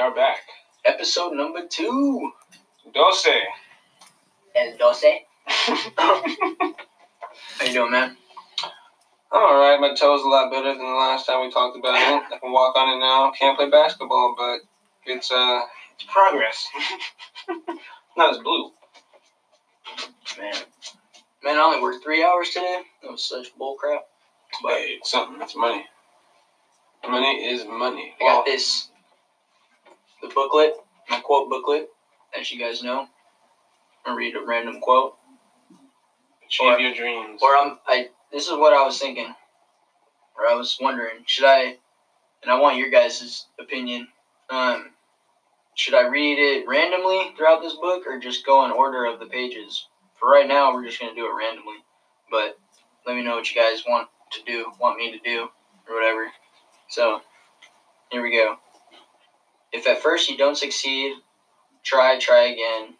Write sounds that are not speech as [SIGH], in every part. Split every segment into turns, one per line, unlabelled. are back.
Episode number two.
Dose.
El Doce.
I'm
How you doing, man?
alright. My toe's a lot better than the last time we talked about it. I can walk on it now. Can't play basketball, but it's uh it's progress. [LAUGHS] Not as blue.
Man. Man, I only worked three hours today. That was such bull crap.
But it's something. It's money. Money is money.
I got this, the booklet, my quote booklet, as you guys know. I read a random quote,
achieve your dreams.
or I'm I. This is what I was thinking, or I was wondering, should I? And I want your guys' opinion. Um, should I read it randomly throughout this book, or just go in order of the pages? For right now, we're just gonna do it randomly. But let me know what you guys want to do, want me to do, or whatever. So, here we go. If at first you don't succeed, try, try again,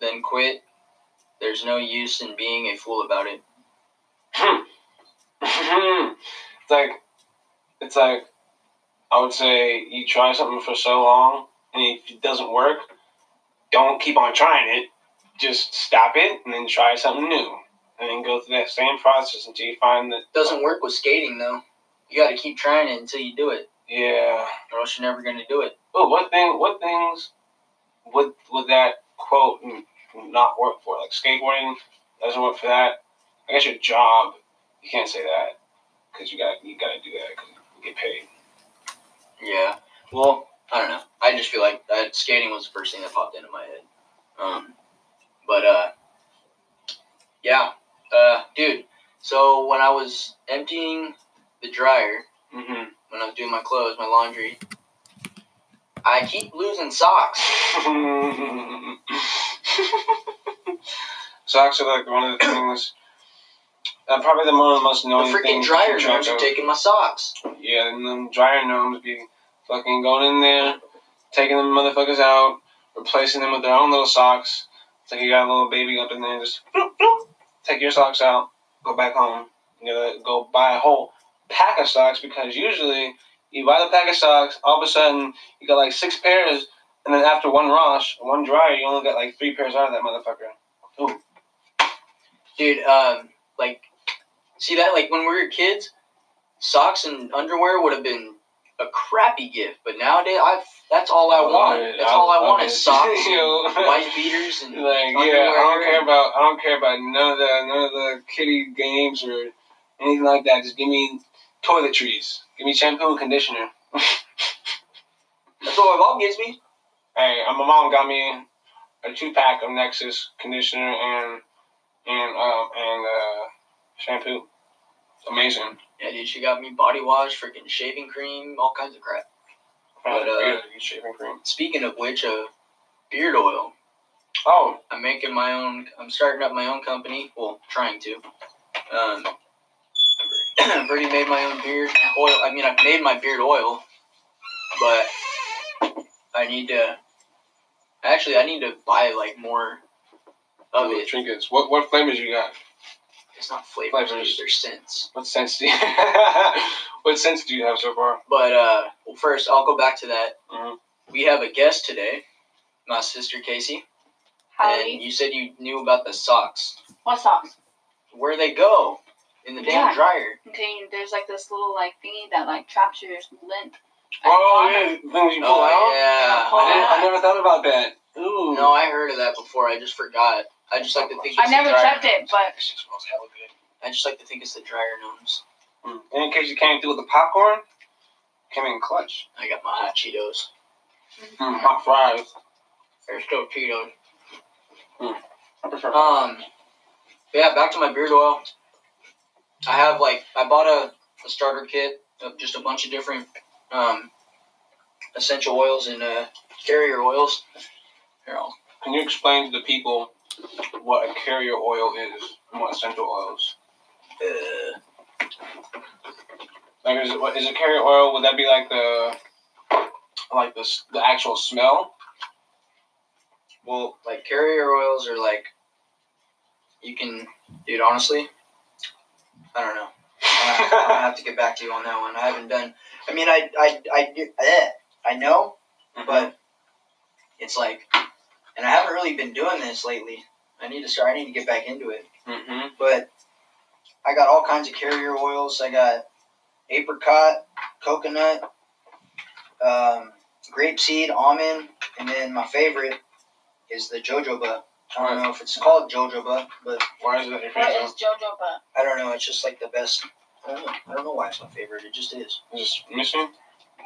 then quit. There's no use in being a fool about it.
Hmm. [LAUGHS] it's like it's like I would say you try something for so long and if it doesn't work, don't keep on trying it. Just stop it and then try something new. And then go through that same process until you find that
Doesn't work with skating though. You got to keep trying it until you do it,
yeah.
or else you're never gonna do it.
Oh, what thing what things would would that quote n- not work for? Like skateboarding doesn't work for that. I guess your job you can't say that because you got you got to do that because you get paid.
Yeah. Well, I don't know. I just feel like that skating was the first thing that popped into my head. Um, but uh, yeah, uh, dude. So when I was emptying the dryer,
Mm-hmm. [LAUGHS]
when I was doing my clothes, my laundry, I keep losing socks.
Socks are like one of the things. Uh, probably the one of the most
The
annoying
freaking
things to
dryer
keep
gnomes are
track
taking my socks.
of. Yeah, and them dryer gnomes be fucking going in there, taking them motherfuckers out, replacing them with their own little socks. It's like you got a little baby up in there, just bloop, bloop, take your socks out, go back home. You gotta go buy a whole pack of socks because usually you buy the pack of socks, all of a sudden you got like six pairs, and then after one wash, one dryer, you only got like three pairs out of that motherfucker.
Dude, um, like, see that? Like, when we were kids, socks and underwear would have been a crappy gift, but nowadays, I've, that's all
Oh,
I want. That's all I want is socks,
[LAUGHS]
and
Yo,
white beaters,
[LAUGHS]
and
like yeah, I don't
underwear.
care about I don't care about none of the none of the kitty games or anything like that. Just give me toiletries. Give me shampoo and conditioner. [LAUGHS]
that's what my mom gives me.
Hey, uh, my mom got me a two pack of Nexus conditioner and and um and uh, shampoo. It's amazing.
Yeah, dude, she got me body wash, freaking shaving cream, all kinds of crap. But, uh,
Really good shaving cream.
Speaking of which, uh, beard oil.
Oh,
I'm making my own. I'm starting up my own company. Well, trying to. Um, I've already [CLEARS THROAT] made my own beard oil. I mean, I've made my beard oil, but I need to. Actually, I need to buy like more of
little
it.
trinkets. What what flavors you got?
It's not flavors;
Flavors.
dude, they're scents.
What scents do you [LAUGHS] what scents do you have so far?
But uh, well, first, I'll go back to that.
Mhm.
We have a guest today, my sister Casey, and
Howdy.
you said you knew about the socks.
What socks?
Where they go in the damn
Yeah.
dryer?
Okay, there's like this little like thingy that like traps your lint.
Oh
I
yeah,
found it.
things you pull out.
Oh yeah.
Oh,
I, didn't, I
yeah.
never thought about that. Ooh.
No, I heard of that before. I just forgot. I just like to think.
I
it's
never
the dryer
checked it,
gnomes.
but
It smells hella good.
I just like to think it's the dryer gnomes.
Mm. And in case you came through with the popcorn, came in clutch.
I got my hot Cheetos.
Mm, hot fries.
They're still Cheetos.
I prefer.
Um, but yeah. Back to my beard oil. I have like I bought a, a starter kit of just a bunch of different um essential oils and uh carrier oils. Here, I'll-
Can you explain to the people what a carrier oil is and what essential oils?
Uh,
Like, is it what is a carrier oil? Would that be like the like the s- the actual [LAUGHS] smell? Well,
like carrier oils are like you can, dude. Honestly, I don't know. I'm
Mm-hmm.
gonna have to get back to you on that one. I haven't done. I mean, I I I do. Eh, I know, but It's like, and I haven't really been doing this lately. I need to start. I need to get back into it.
Mm-hmm.
But I got all kinds of carrier oils. I got apricot, coconut, um, grapeseed, almond, and then my favorite is the jojoba. I don't know if it's called jojoba, but
Why is that your
What is
favorite?
JoJo Buck?
I don't know. It's just like the best. I don't know. I don't know why it's my favorite. It just is.
Just missing?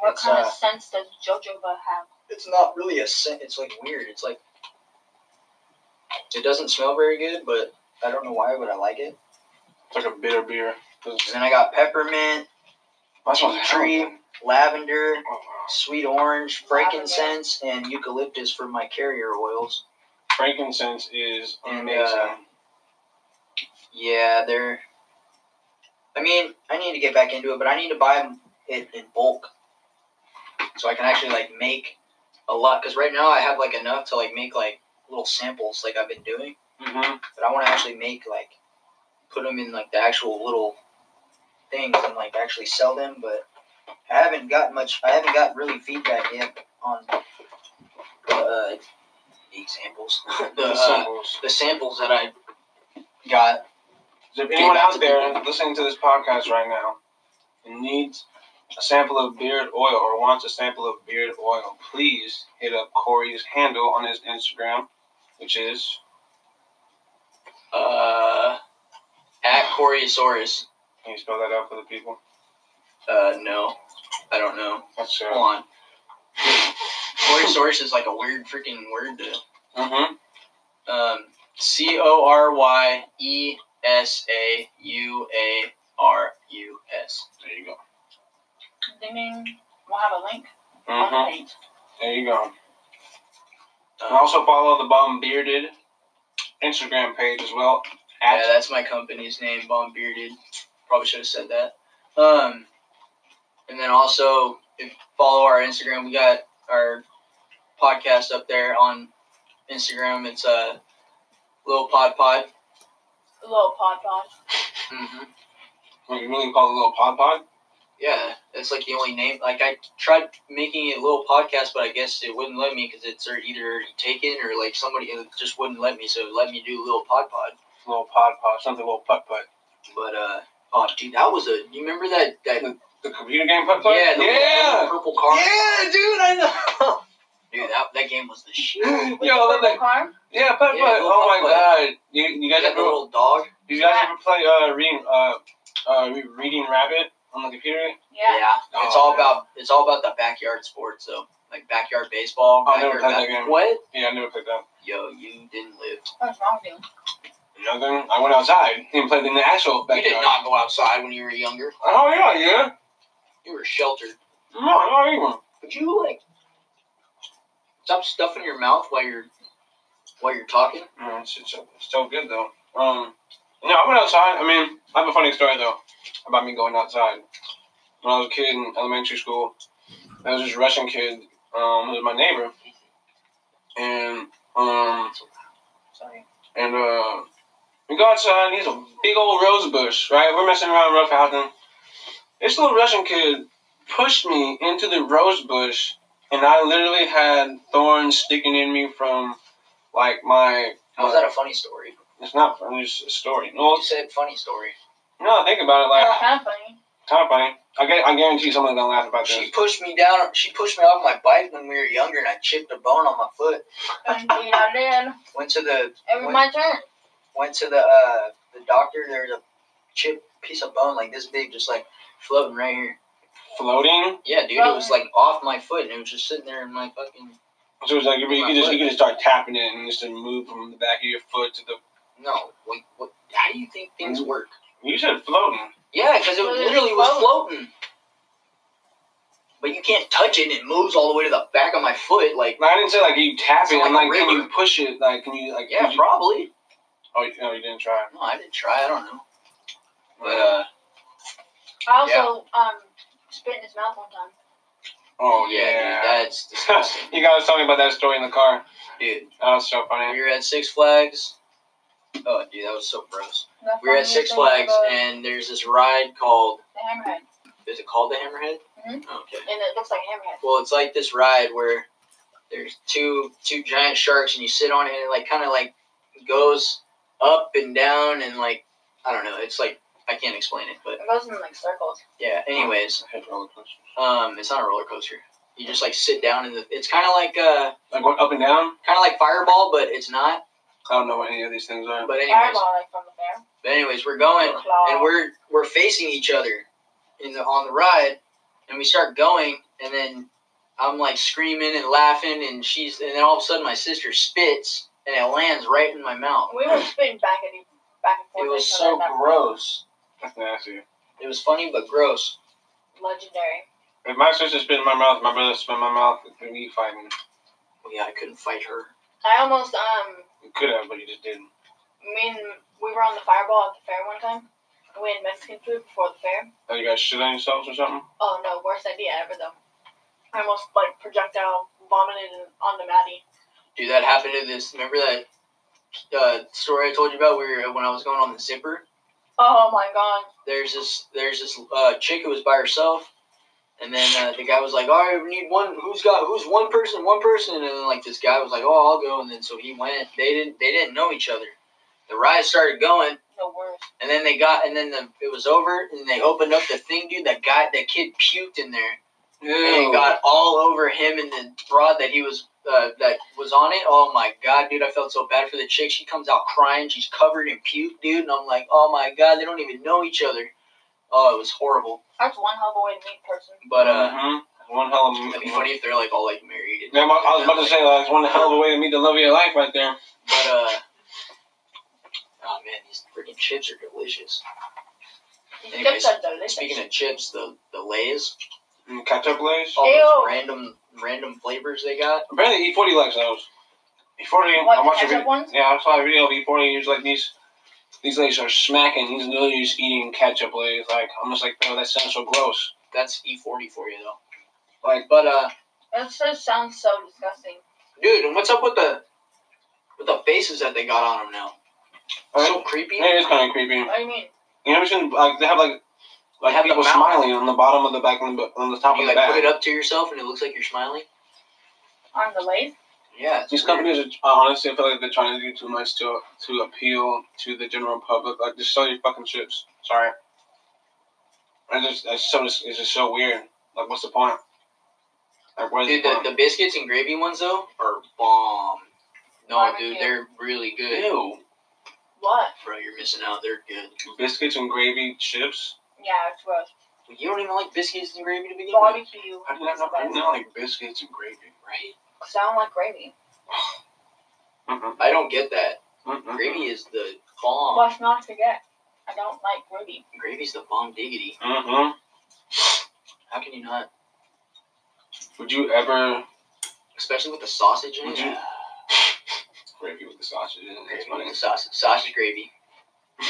What
It's,
kind
uh,
of sense does JoJo Buck have?
It's not really a scent. It's like weird. It's like it doesn't smell very good, but I don't know why, but I like it.
It's like a bitter beer. Doesn't-
And then I got peppermint,
That smells like
Tree.
hell.
lavender,
Oh, wow.
sweet orange, frankincense, and eucalyptus for my carrier oils.
Frankincense is
And,
amazing.
uh, Yeah, they're. I mean, I need to get back into it, but I need to buy it in bulk so I can actually like make a lot. Because right now I have like enough to like make like little samples, like I've been doing.
mm-hmm.
But I want to actually make like put them in like the actual little things and like actually sell them. But I haven't got much. I haven't got really feedback yet on uh, examples. [LAUGHS] the,
The
uh,
symbols.
the samples that I got.
If anyone out there listening to this podcast right now and needs a sample of beard oil or wants a sample of beard oil, please hit up Corey's handle on his Instagram, which is
Uh, at Coriosaurus.
can you spell that out for the people?
Uh, no, I don't know.
That's
Hold
uh,
on. Coriosaurus is like a weird freaking word to
mm-hmm.
Um, C O R Y E S A U A R U S. Um,
There you go.
Ding ding. We'll have a link on the
Mm-hmm.
page.
There you go.
Um,
And also follow the Bomb Bearded Instagram page as well. At
yeah, that's my company's name, Bomb Bearded. Probably should have said that. Um, and then also if follow our Instagram. We got our podcast up there on Instagram. It's uh, Little Pod Pod.
Little pod pod.
Mm-hmm.
what you really call it a little pod pod.
Yeah, that's like the only name. Like I tried making a little podcast, but I guess it wouldn't let me because it's either already taken or like somebody it just wouldn't let me. So it let me do little pod pod.
Little pod pod, something little putt putt.
But uh, oh dude, that was a. You remember that that? Yeah,
The computer game putt
the
putt?
little-
yeah.
purple car.
Yeah, dude, I know.
Dude, that that game was the shit.
[LAUGHS] Yo,
With the
look
purple
at
car.
Yeah, putt putt.
Yeah, go
oh my
putt-putt.
god. You, you guys
That
ever
little dog.
you guys ever play uh reading uh uh Re- reading rabbit on the computer?
Yeah.
It's all
Oh,
about it's all about the backyard sports though, like backyard baseball.
Oh, I never
backyard
played that
ba-
game.
What?
Yeah, I never played that.
Yo, you didn't live.
What's wrong with you?
Nothing. I went outside and played in the
You
actual backyard.
did
[LAUGHS]
not go outside when you were younger.
Oh yeah, yeah.
You were sheltered.
No, not even.
Would you like stop stuffing your mouth while you're while you're talking?
No, it's, it's, it's so good though. Um, no, I went outside. I mean, I have a funny story though about me going outside. When I was a kid in elementary school, there was this Russian kid um, who was my neighbor, and um,
Sorry.
And uh, we go outside, and he's a big old rose bush, right? We're messing around rough housing. This little Russian kid pushed me into the rose bush, and I literally had thorns sticking in me from like my.
How's that a funny story?
It's not funny, it's a story. No,
You
it's-
said funny story.
no, think about it.
[LAUGHS]
Like,
Well, kind of funny.
kind of funny. I, gu- I guarantee someone's gonna laugh about
She
this.
pushed me down. She pushed me off my bike when we were younger, and I chipped a bone on my foot.
Indeed, I did.
Went to the
It was my turn.
went to the uh the doctor. There's a chip piece of bone like this big, just like floating right here.
Floating.
Yeah, dude, it was like off my foot, and it was just sitting there in my fucking.
So it's like you, you, could just, you could just start tapping it and just move from the back of your foot to the.
No, like what? How do you think things work?
You said floating.
Yeah, because it
Well, it's
literally was floating. But you can't touch it, and it moves all the way to the back of my foot. Like,
No, I didn't say like you tap it.
Sound
I'm
like
like,
a
can you
river.
push it? Like, can you like?
yeah,
could you-
probably.
Oh, you, no, you didn't try.
No, I didn't try. I don't know. But uh,
I also um spit in his mouth one time.
oh
yeah, dude,
[LAUGHS] yeah.
that's disgusting,
you guys told me about that story in the car.
dude.
That was so
We
funny.
were at Six Flags. Oh, dude, that was so gross.
The
We were at
funniest
Six
thing
Flags,
about
and there's this ride called.
the hammerhead,
Is it called the Hammerhead?
Mhm.
Okay.
and it looks like a hammerhead.
Well, it's like this ride where there's two two giant sharks and you sit on it and it like kind of like goes up and down and like I don't know. It's like I can't explain it, but
It goes in like circles.
yeah. Anyways,
I hate roller coasters.
um, it's not a roller coaster. You just like sit down and the, it's kind of like uh
Like going up and down.
kind of like Fireball, but it's not.
I don't know what any of these things are.
But anyways,
Fireball like from the bear.
but anyways, we're going
Claw.
and we're we're facing each other in the on the ride, and we start going, and then I'm like screaming and laughing, and she's and then all of a sudden my sister spits and it lands right in my mouth.
we were spitting back at each back and forth.
It
at
was
each
so
other, that
gross.
That's nasty.
It was funny but gross.
legendary.
If my sister spit in my mouth, my brother spit in my mouth, it'd be me fighting.
Well, yeah, I couldn't fight her.
I almost um
You could have, but you just didn't.
me and we were on the fireball at the fair one time. We had Mexican food before the fair.
Oh, you guys shit on yourselves or something?
Oh no, worst idea ever though. I almost like projectile vomited on the Maddie.
Dude, that happened to this. Remember that uh, story I told you about where when I was going on the zipper?
Oh my god.
there's this there's this uh, chick who was by herself, and then uh, the guy was like, "All right, we need one. Who's got who's one person, one person?" And then like this guy was like, "Oh, I'll go." And then so he went. They didn't they didn't know each other. The ride started going,
The worst.
and then they got and then the it was over, and they opened up the thing, dude. That guy, that kid puked in there, and it got all over him and the broad that he was. Uh, that was on it. Oh my god, dude! I felt so bad for the chick. She comes out crying. She's covered in puke, dude. And I'm like, oh my god, they don't even know each other. Oh, it was horrible.
That's one hell of a way to meet a person.
But uh,
hmm one hell of
it'd be
a.
funny if they're like all like married.
Yeah, I was about to say that's one hell of a way to meet the love of your life right there.
But uh, oh man, these freaking chips are delicious.
These
Anyways,
chips are delicious.
Speaking of chips, the the Lay's,
Mm, Ketchup lays.
all
Ew.
those random random flavors they got.
Apparently, E40 likes those. E40,
What,
I
the
watched a
ketchup
video.
ones?
Yeah, I saw a video of E40. He was like, these these legs are smacking. He's literally just eating ketchup legs. Like, I'm just like, bro, that sounds so gross.
That's E forty for you though.
Like-
but uh,
That just sounds so disgusting.
dude, and what's up with the with the faces that they got on them now? So creepy.
Yeah, it's kind of creepy.
What do you mean?
You ever seen like they have like like
Have
people
the mouth.
smiling on the bottom of the back and the, on the top
You
of the
like put it
back.
up to yourself and it looks like you're smiling.
On the lace?
Yeah, it's
These
weird.
companies are uh, honestly, I feel like they're trying to do too much to to appeal to the general public. Like just sell your fucking chips. Sorry. And just it's so it's just so weird. Like what's the point? Like where's
Dude,
the
the,
point?
the biscuits and gravy ones though are bomb. No,
Barbecue.
dude, they're really good.
Ew.
What?
Bro, you're missing out. They're good.
Biscuits and gravy chips.
Yeah, it's gross.
You don't even like biscuits and gravy to begin with,
Barbecue.
How do you not know? I do not like biscuits and gravy.
right?
Sound like gravy.
Mm-mm.
I don't get that.
Mm-mm.
Gravy is the bomb.
Let's not forget. I don't like gravy.
Gravy's the bomb diggity.
Mm-hmm.
How can you not?
Would you ever
Especially with the sausage in it.
Would you- gravy with the sausage? in it? That's
Gravy [LAUGHS]
funny. [LAUGHS]
with the sausage, sausage gravy.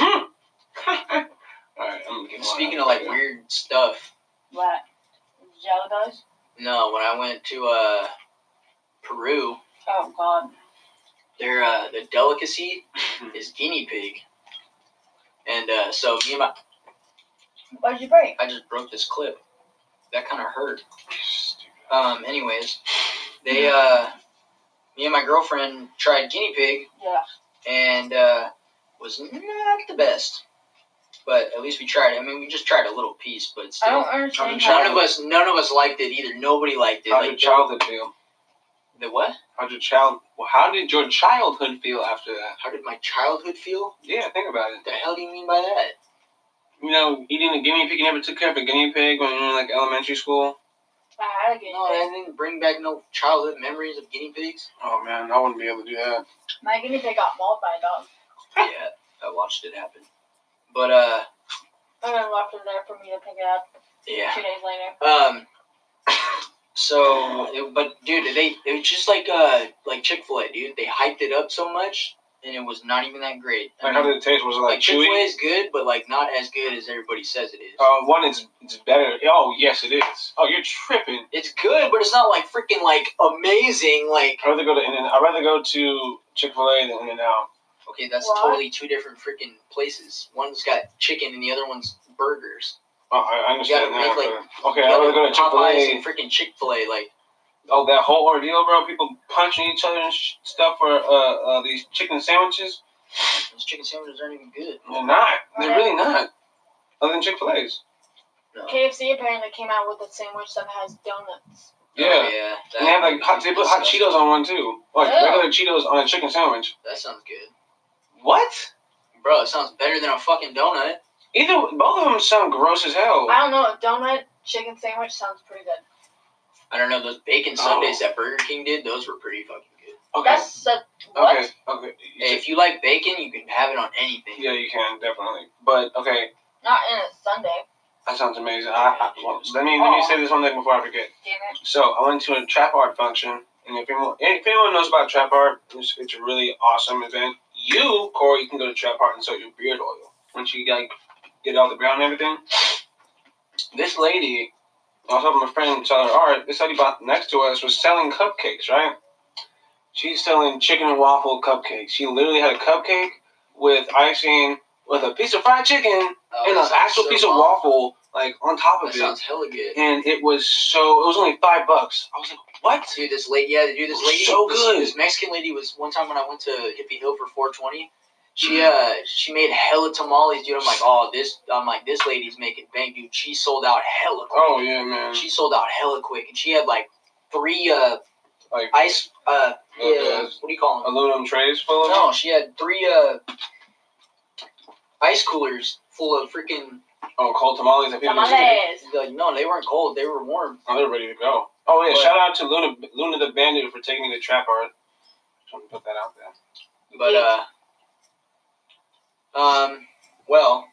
Alright, I'm gonna get mine
Speaking
out
of like
later.
weird stuff,
What? Jello does?
no, when I went to uh Peru,
Oh god.
their uh, the delicacy is guinea pig. And uh, so me and my
Why'd you break?
I just broke this clip. That kind of hurt.
[LAUGHS] Stupid.
Um. Anyways, they uh, me and my girlfriend tried guinea pig,
Yeah.
and uh, was not the best. But at least we tried. it. I mean, we just tried a little piece, but
I
still,
don't
trying
understand how
none of us, none of us liked it either. Nobody liked it.
How'd your
Like
childhood feel?
the what?
How'd your child? well, How did your childhood feel after that?
How did my childhood feel?
Yeah, think about it.
What the hell do you mean by that?
You know, eating a guinea pig. You never took care of a guinea pig when you were in like elementary school.
I had a guinea
No,
pig.
that didn't bring back no childhood memories of guinea
[LAUGHS]
pigs.
Oh man, I wouldn't be able to do that.
My guinea pig got mauled by a dog.
yeah, I watched it happen. But uh,
And then left it there for me to pick it up
yeah.
two days later.
Um. [COUGHS] So, it, but dude, they it was just like uh like Chick Fil A, dude. They hyped it up so much, and it was not even that great. I
Like,
mean,
how did it taste? Was it
like
like
Chick Fil A
chewy?
is good, but like not as good as everybody says it is.
Uh, one, it's it's better. Oh yes, it is. Oh, you're tripping.
It's good, but it's not like freaking like amazing. Like
I'd rather go to In and I'd rather go to Chick Fil A than In and Out.
okay, that's
What?
totally two different freaking places. One's got chicken, and the other one's burgers.
Oh, I I understand
You gotta
that.
make,
but- okay, I'd rather go to Chick Fil
Popeyes
A.
and freaking Chick Fil A. Like
Oh, that whole ordeal, bro. People punching each other and sh- stuff for uh, uh, these chicken sandwiches.
Those chicken sandwiches aren't even good.
They're not. They're really not. Other than Chick Fil A's.
KFC apparently came out with a sandwich that has donuts.
Yeah.
Oh, yeah. that-
And they have like hot, they put hot Cheetos on one too. Like
Yeah.
regular Cheetos on a chicken sandwich.
That sounds good,
What?
bro. It sounds better than a fucking donut.
Either both of them sound gross as hell.
I don't know. A donut chicken sandwich sounds pretty good.
I don't know those bacon
Oh.
sundaes that Burger King did. Those were pretty fucking good.
Okay.
That's a, what?
Okay. Okay.
Hey, if you like bacon, you can have it on anything.
Yeah, you can definitely. But okay,
Not in a Sunday.
that sounds amazing. I, I, well, let me let me say this one thing before I forget.
Damn it.
So I went to a trap art function, and if anyone, if anyone knows about trap art, it's, it's a really awesome event. You, Corey, you can go to trap art and sell your beard oil once you like get out the ground and everything. This lady, I was helping a friend sell her art. This lady bought next to us was selling cupcakes, right? She's selling chicken and waffle cupcakes. She literally had a cupcake with icing with a piece of fried chicken
Oh,
and
that
an
sounds
actual
so
piece of
bomb.
waffle like on top of
That
it
sounds hella good.
and it was so it was only five bucks. I was like, what?
Dude, this lady, yeah, dude, this
So
lady, this-
good.
This, Mexican lady was one time when I went to Hippie Hill for 420. She
Mm-hmm.
uh, she made hella tamales, dude. I'm like, oh, this, I'm like, this lady's making bank, dude. She sold out hella quick.
Oh yeah, man.
She sold out hella quick, and she had like three uh
Like
ice uh
uh,
yeah, what do you call them?
aluminum trays full of
No, she had three uh ice coolers full of freaking
oh cold tamales. I think
Tamales.
like no, they weren't cold, they were warm.
Oh, they're ready to go. Oh yeah,
But-
shout out to Luna Luna the Bandit for taking me to trap art. Just want to put that out there.
But uh, um, well,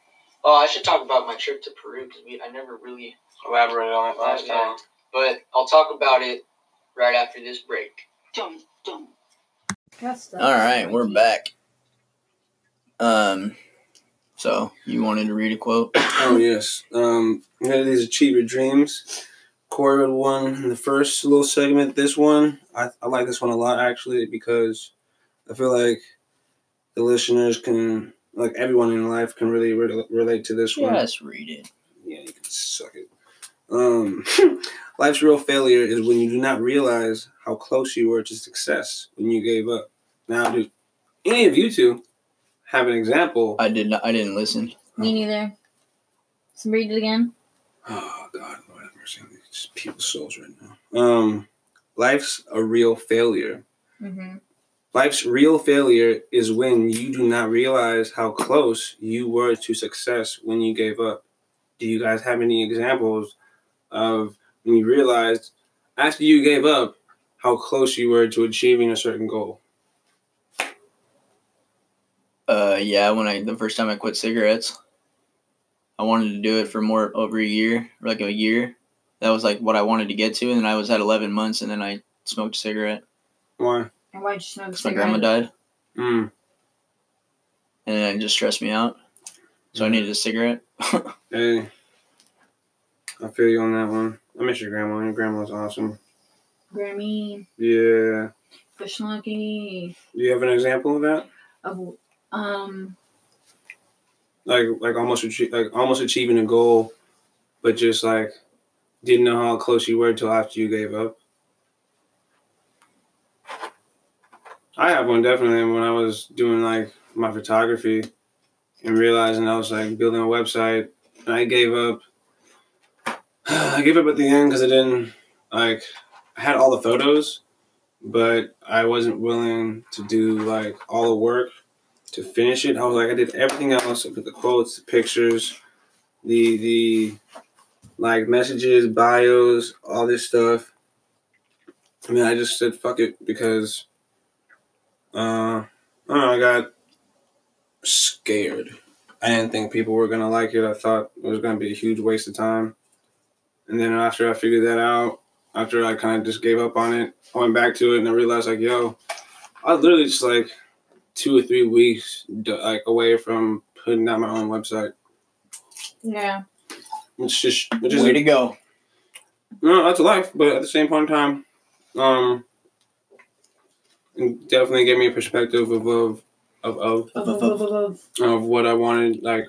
oh, I should talk about my trip to Peru because we I never really.
Elaborated on it last
Yeah.
time.
But I'll talk about it right after this break.
Dum, dum.
All right, we're back. Um, so you wanted to read a quote?
Oh yes. Um, we had these achieve your dreams. Corey would one in the first little segment. This one, I, I like this one a lot actually because I feel like the listeners can, like everyone in life, can really re- relate to this one.
Just read it.
Yeah, you can suck it. Um, [LAUGHS] life's real failure is when you do not realize how close you were to success when you gave up. Now, do any of you two have an example?
I did not. I didn't listen.
Me neither. So read it again.
Oh God, Lord have mercy on these people's souls right now. Um, life's a real failure.
Mm-hmm.
Life's real failure is when you do not realize how close you were to success when you gave up. Do you guys have any examples of when you realized after you gave up how close you were to achieving a certain goal?
Uh, yeah, when I the first time I quit cigarettes, I wanted to do it for more over a year, like a year. That was like what I wanted to get to, and I was at 11 months, and then I smoked a cigarette
Why?
And why'd you smoke a
because my grandma
cigarette?
died,
Mm.
and then it just stressed me out. So I needed a cigarette. [LAUGHS]
Hey, I feel you on that one. I miss your grandma. Your grandma's awesome.
Grammy,
Yeah.
fish lucky,
Do you have an example of that?
of um,
like like almost achie- like almost achieving a goal, but just like didn't know how close you were till after you gave up. I have one definitely when I was doing like my photography and realizing I was like building a website and I gave up. [SIGHS] I gave up at the end because I didn't like I had all the photos, but I wasn't willing to do like all the work to finish it. I was like, I did everything else. I put the quotes, the pictures, the the like messages, bios, all this stuff. I mean, I just said fuck it because uh, I don't know. I got scared. I didn't think people were gonna like it. I thought it was gonna be a huge waste of time. And then after I figured that out, after I kind of just gave up on it, I went back to it and I realized like, yo, I was literally just like two or three weeks d- like away from putting out my own website.
yeah,
It's just which is
Way to go!
no, that's life. But at the same point in time, um, it definitely gave me a perspective of of of of,
Buh, buh, buh, buh.
of what I wanted, like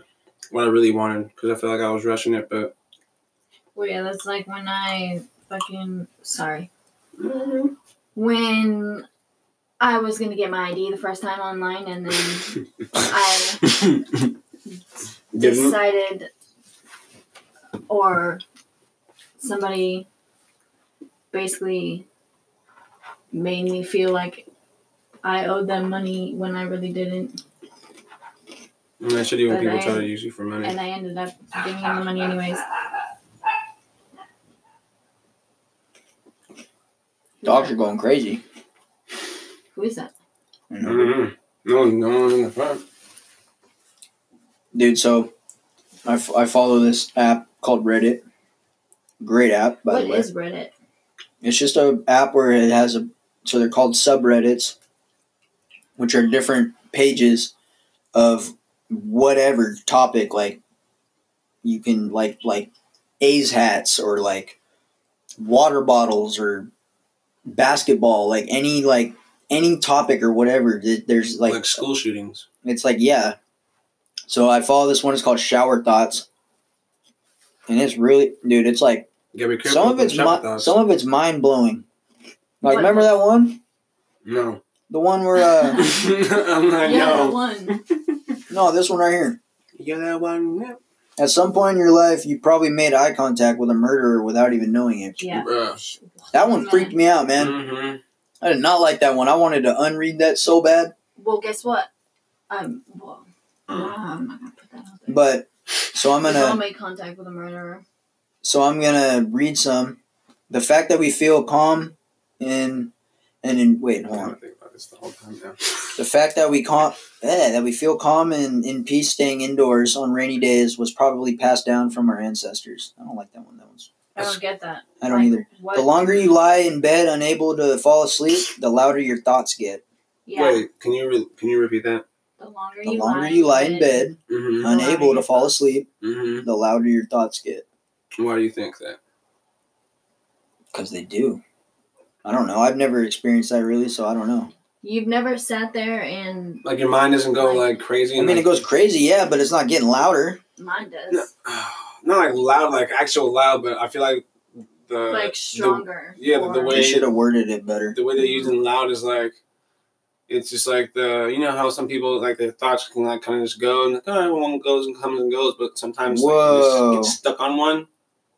what I really wanted, because I felt like I was rushing it. But
Well, yeah, that's like when I fucking sorry. when I was gonna get my ID the first time online,
[LAUGHS]
and then I
Didn't?
decided, or somebody basically made me feel like I owed them money when I really didn't,
And That's shitty when
But
people
I-
try to use you for money.
and I ended up giving them the money anyways.
Dogs are going crazy.
Who is that?
Mm-hmm. No, one- no one's in the front.
Dude, so I, f- I follow this app called Reddit. Great app, by
What
the way.
is Reddit?
It's just a app where it has a so they're called subreddits, which are different pages of whatever topic. Like you can like like A's hats or like water bottles or basketball, like any like any topic or whatever. Th- There's
Like,
like
school shootings.
it's like, yeah. So I follow this one. It's called Shower Thoughts, and it's really, dude. It's like
You gotta be careful.
some
with
of
them
it's
shower
mi-
thoughts.
some of it's mind blowing. Like,
What?
remember that one?
[LAUGHS] No.
The one where uh, [LAUGHS]
I'm like,
yeah, that
no.
one.
no, this one right here.
You're that one. yeah.
At some point in your life, you probably made eye contact with a murderer without even knowing it.
Yeah.
Bruh.
That one freaked me out, man.
Mhm.
I did not like that one. I wanted to unread that so bad,
Well, guess what? Um, well, I'm not gonna put that out there.
but so I'm
We all
gonna
made contact with a murderer.
so I'm gonna read some. The fact that we feel calm and and in, wait, hold
I
on.
don't think about this the whole time now.
The fact that we calm, eh, that we feel calm and in peace staying indoors on rainy days was probably passed down from our ancestors. I don't like that one. That one's
I don't get that.
I don't
Like,
either.
What?
The longer you lie in bed, unable to fall asleep, the louder your thoughts get.
yeah.
Wait, can you re- can you repeat that?
The longer
The
you
longer
lie
you lie in bed,
Mm-hmm.
louder
unable to
your
fall
thoughts-
asleep,
Mm-hmm.
the louder your thoughts get.
Why do you think that?
Because they do. I don't know. I've never experienced that really, so I don't know.
You've never sat there and
Like your mind doesn't go like crazy.
I
And,
mean, it
like,
goes crazy, yeah, but it's not getting louder.
mine does.
No. not like loud, like actual loud, but I feel like uh, the
like stronger.
yeah, the- the
or-
way-
They should have worded it better.
the way they're using loud is like it's just like the you know how some people like their thoughts can like kind of just go and like oh everyone goes and comes and goes, but sometimes like, you just
Whoa.
get stuck on one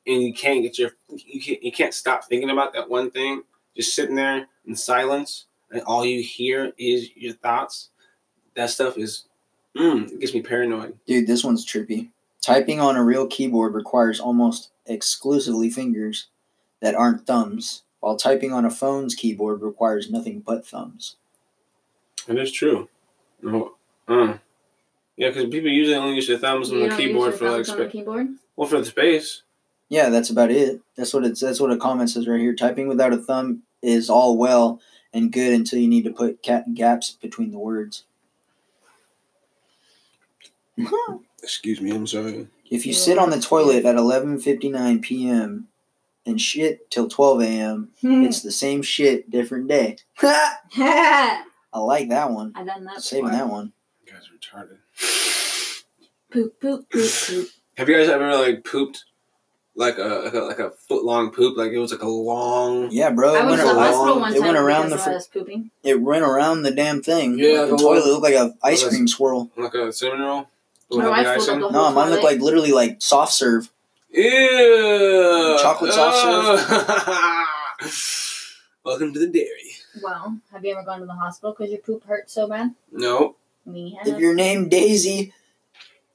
and you can't get your you can't you can't stop thinking about that one thing. Just sitting there in silence and all you hear is your thoughts. That stuff is mm, it gets me paranoid.
Dude, this one's trippy. Typing on a real keyboard requires almost exclusively fingers that aren't thumbs, while typing on a phone's keyboard requires nothing but thumbs.
That is true. No, uh, yeah, because people usually only use their thumbs on
You
the
don't use
keyboard
your
for like
thumbs on the
spa-
keyboard. [LAUGHS]
well for the space.
Yeah, that's about it. That's what it's that's what a comment says right here. Typing without a thumb is all well and good until you need to put cat gaps between the words.
Excuse me, I'm sorry.
If you sit on the toilet at 11:59 p.m. and shit till 12 a.m., it's the same shit, different day. [LAUGHS] I
I
like that one.
done that.
Saving
before.
that one.
You guys are retarded.
Poop, poop, poop, poop.
Have you guys ever like pooped like a like a, like a foot long poop? Like it was like a long
Yeah, bro. It
I was
went
in the
around-
hospital one
it
time
went around
because
the
I was pooping.
it went around the damn thing.
Yeah,
the
the
toilet
one-
looked like a ice
was-
cream swirl.
like a cinnamon roll.
My
Without
wife
the
filled up
icing.
the whole
No, mine
toilet.
looked like literally like soft serve.
Ew.
Chocolate
soft serve. [LAUGHS] Welcome to the dairy.
Well, have you ever gone to the hospital because your poop hurt so bad?
No.
Me,
If you're named Daisy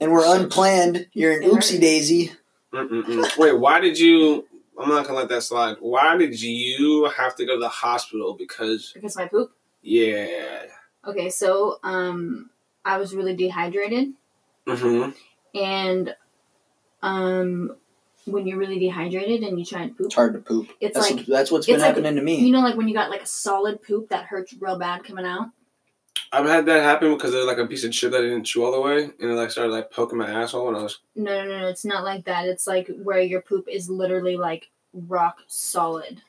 and we're
Sucks.
unplanned, you're an
It hurts.
oopsie daisy.
Mm-mm-mm. Wait, why did you? I'm not gonna let that slide. Why did you have to go to the hospital? Because
because my poop.
yeah.
Okay, so um, I was really dehydrated,
Mm-hmm.
and um, when you're really dehydrated and you try and poop,
It's hard to poop.
it's
That's,
like
that's what's been
it's like-
happening to me.
you know, like when you got like a solid poop that hurts real bad coming out.
I've had that happen because there's like a piece of chip that I didn't chew all the way, and it like started like poking my asshole, and I was
No, no, no, it's not like that. It's like where your poop is literally like rock solid.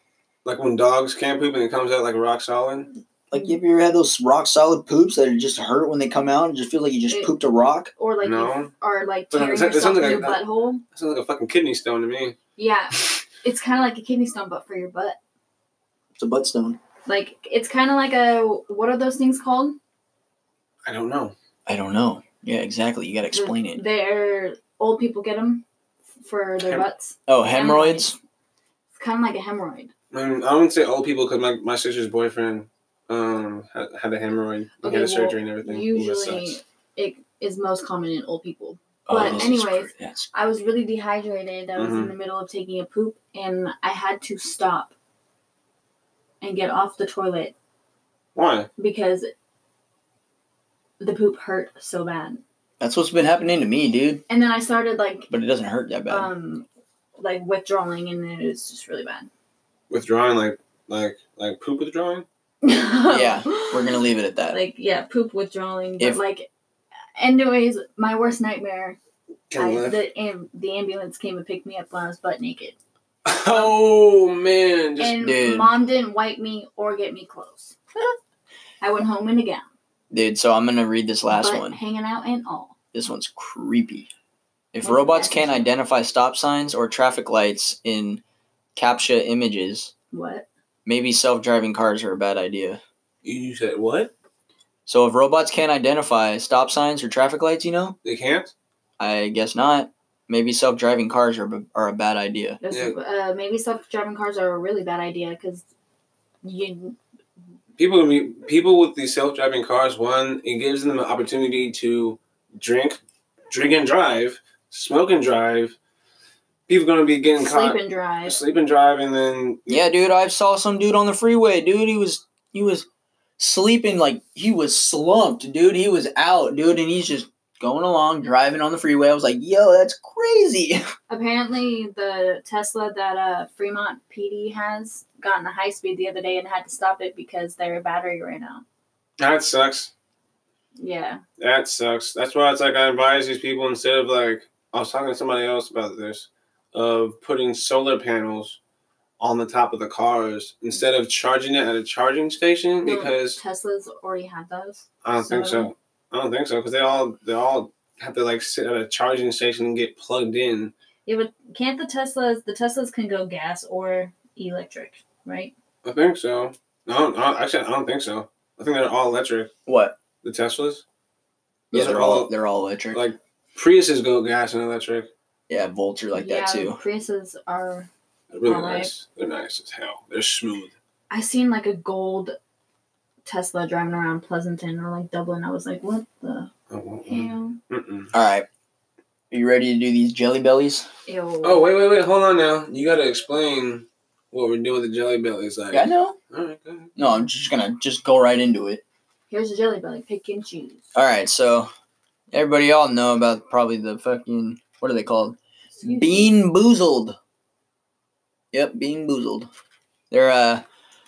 like when dogs can't poop and it comes out like rock solid.
like, have you ever had those rock solid poops that are just hurt when they come out and just feel like you just
It-
pooped a rock?
Or like
No.
you are like
But it
tearing
sounds- it
yourself
sounds
in your
like a-
butthole.
That [LAUGHS] sounds like a fucking kidney stone to me.
Yeah. It's kind of like a kidney stone, but for your butt.
It's a butt stone.
Like it's kind of like a what are those things called?
I don't know.
I don't know. Yeah, exactly. You gotta explain it.
They're old people get them for their
Hem-
butts.
Oh, hemorrhoids.
It's kind of like a hemorrhoid.
I, mean, I wouldn't say old people because my, my sister's boyfriend um had, had a hemorrhoid. He
Okay,
had
well,
a surgery and everything. He was
Usually,
sucks.
it is most common in old people.
Oh,
But
this is
anyways-
cr- that's
I was really dehydrated. I was
Mm-hmm.
in the middle of taking a poop, and I had to stop and get off the toilet
Why?
because the poop hurt so bad.
that's what's been happening to me, dude.
And then I started like
But it doesn't hurt that bad.
um like withdrawing, and it was just really bad.
Withdrawing like like like poop withdrawing?
yeah, we're gonna leave it at that.
[LAUGHS] like yeah, poop withdrawing. But
If-
like, anyways, my worst nightmare. I,
Turn left.
the am, the ambulance came and picked me up when I was butt naked,
[LAUGHS] oh man, just
and
dude.
mom didn't wipe me or get me clothes. [LAUGHS] I went home in a gown,
Dude, so I'm gonna read this last
butt
one.
hanging out and all.
This one's creepy. If
What's
robots
that?
can't identify stop signs or traffic lights in CAPTCHA images,
What?
maybe self driving cars are a bad idea.
you said what?
So if robots can't identify stop signs or traffic lights, you know,
They can't?
I guess not. Maybe self-driving cars are, b- are a bad idea.
That's
Yeah.
uh, maybe self-driving cars are a really bad idea because you
People I mean, people with these self driving cars, one, it gives them an opportunity to drink, drink and drive, smoke and drive. People gonna be getting
sleep
caught
and drive.
sleep and drive and then
Yeah, dude, I saw some dude on the freeway, dude. He was he was sleeping like he was slumped, dude. He was out, dude, and he's just going along driving on the freeway. I was like, "Yo, that's crazy." [LAUGHS]
Apparently, the Tesla that uh, Fremont PD has got in a high speed the other day and had to stop it because their battery ran out.
that sucks.
Yeah.
That sucks. That's why it's like I advise these people instead of like I was talking to somebody else about this of putting solar panels on the top of the cars instead of charging it at a charging station
No,
because
Teslas already had those.
I don't think so. I don't think so because they all they all have to like sit at a charging station and get plugged in.
Yeah, but can't the Teslas? The Teslas can go gas or electric, right?
I think so. No, no actually I don't think so. I think they're all electric.
What?
The Teslas.
Yeah,
Those
they're
are
all
all-
they're all electric.
like- Priuses go gas and electric.
yeah, Volts are like
yeah,
that too.
Priuses are.
They're really
Alright.
nice. They're nice as hell. They're smooth.
I seen like a gold Tesla driving around Pleasanton or like Dublin. I was like, what the
I don't want
Mm-hmm.
one.
hell?
Oh, Mm-mm.
All right. Are you ready to do these jelly bellies?
Ew.
Oh wait, wait, wait! Hold on now. You gotta explain what we're doing with the jelly bellies. Like,
Yeah, I know.
all right, go ahead.
No, I'm just going to just go right into it.
Here's a jelly belly. Pick and choose.
All right, so everybody all know about probably the fucking what are they called?
Excuse me.
Bean Boozled. Yep, Bean Boozled. They're uh,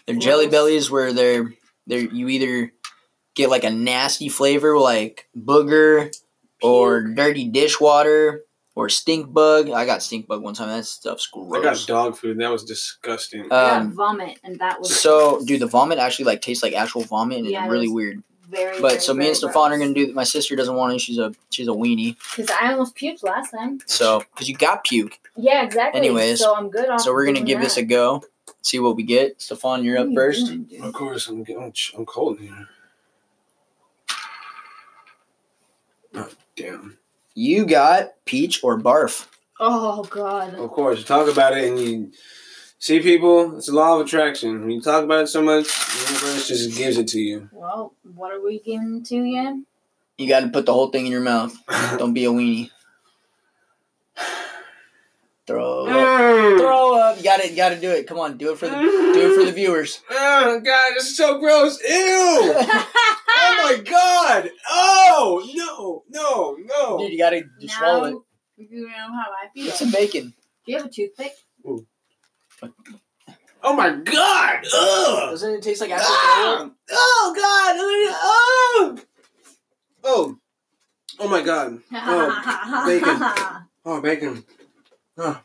they're jelly
Gross.
bellies where they're they are you either get like a nasty flavor like booger or dirty dishwater or stink bug. I got stink bug one time. That stuff's
I got
gross.
dog food. and That was disgusting.
Uh,
I got
um,
vomit, and that was
so, dude, the vomit actually like tastes like actual vomit, and
Yeah, it
it's really
was
weird.
very.
But so me and Stefan are gonna do. My sister doesn't want it. She's a she's a weenie.
because I almost puked last time.
So because you got puke.
Yeah, exactly.
Anyways,
so I'm good. Off
So we're gonna
doing
give this
that.
a go. See what we get. Stefan, you're up
What are you
first.
doing, dude?
of course, I'm I'm, ch- I'm cold in here. Oh, damn.
You got peach or barf.
Oh god.
Of course, you talk about it and you see people. It's a law of attraction. When you talk about it so much, the universe just gives it to you. [LAUGHS]
Well, what are we giving to you?
You got to put the whole thing in your mouth. Don't be a weenie. [SIGHS] Throw up.
Mm.
Throw up. You got it. Got to do it. Come on, do it for the do it for the viewers. [LAUGHS]
Oh God, it's so gross. Ew.
[LAUGHS]
Oh my god! Oh no, no,
Dude,
no!
you got to swallow it.
now you know how I feel.
Get
Do
some bacon.
you have
[LAUGHS]
a toothpick?
Oh my god! Ugh!
Doesn't it taste like
Ah! Oh god! Oh! Oh! Oh my god! Oh, oh bacon.
bacon.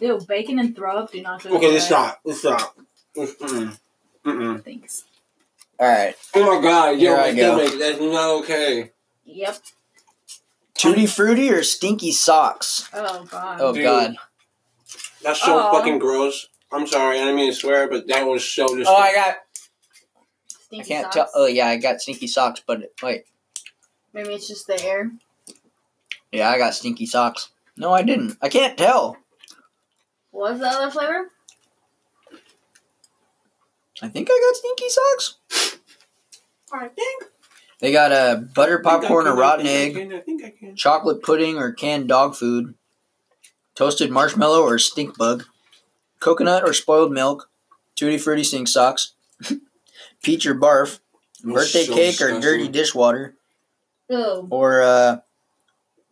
Ew, bacon and throw up do not go
Okay, let's
together.
stop. Let's stop. Mm-mm. Mm-mm.
[LAUGHS] Thanks.
All right.
Oh my god!
Here
Yo,
I
my
go.
stomach. That's not okay.
Yep.
Tutti frutti or stinky socks.
Oh god.
Oh
Dude.
God.
That's so
Aw.
fucking gross. I'm sorry, I didn't mean to swear, but that was so disgusting.
Oh, I got. I
Stinky
can't tell.
socks.
Oh yeah, I got stinky socks. But wait,
Maybe it's just the air.
yeah, I got stinky socks. No, I didn't. I can't tell.
What was the other flavor?
I think I got stinky socks.
I think.
They got a butter popcorn,
I
a
think I
rotten
can, I
egg,
can, I think I can.
chocolate pudding or canned dog food, toasted marshmallow or stink bug, coconut or spoiled milk, tutti frutti stink socks, [LAUGHS] peach or barf, birthday
So
cake or dirty
disgusting.
dishwater,
Oh,
or uh,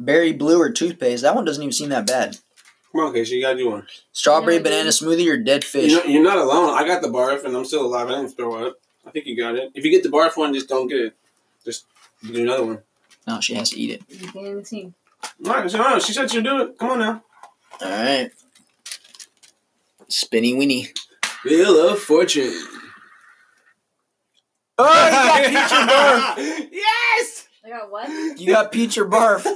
berry blue or toothpaste. That one doesn't even seem that bad.
Come on, Casey, you gotta do one.
Strawberry
Yeah, I
banana
did.
smoothie or dead fish.
You're not, you're not alone. I got the barf, and I'm still alive. I didn't throw up. I think you got it. If you get the barf one, just don't get it. Just do another one.
No, she has to eat it.
you can see.
All right, so, oh, she said she'll do it. Come on now.
All right. Spinny weenie.
Wheel of [LAUGHS] Fortune.
Oh,
[LAUGHS]
you got peach or barf.
yes!
I got
[GASPS]
what?
You got peach or barf.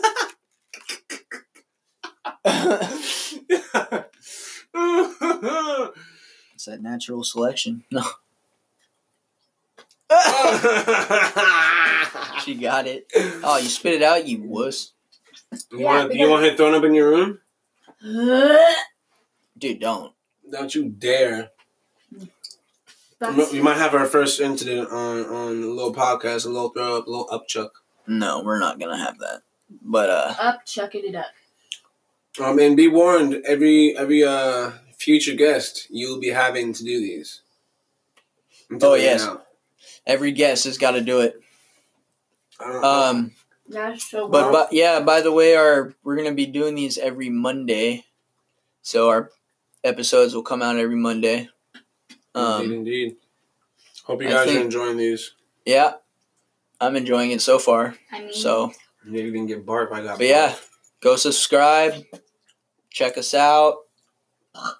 It's that natural selection. [LAUGHS] No. she got it. Oh, you spit it out, you wuss.
[LAUGHS] you, want, you want her thrown up in your room?
Dude, don't.
Don't you dare.
That's
You might have our first incident on, on a little podcast, a little throw up, a little upchuck.
No, we're not gonna have that. But uh
up, chucking it up.
Um, and be warned, every every uh future guest, you'll be having to do these. I'm telling you
Oh, yes.
now.
every guest has gotta do it.
I don't-
Um
That's so
but
wild.
but yeah, by the way, our we're gonna be doing these every Monday. So our episodes will come out every Monday.
indeed,
Um
indeed. Hope you
I
guys
think-
are enjoying these.
yeah. I'm enjoying it so far.
I mean,
So
Maybe we can get barf. I got.
But yeah, go subscribe, check us out,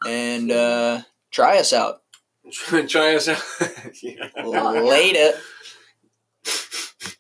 and uh, try us out.
[LAUGHS] barf. try us out. [LAUGHS] Oh, yeah.
Oh,
yeah.
Later. oh.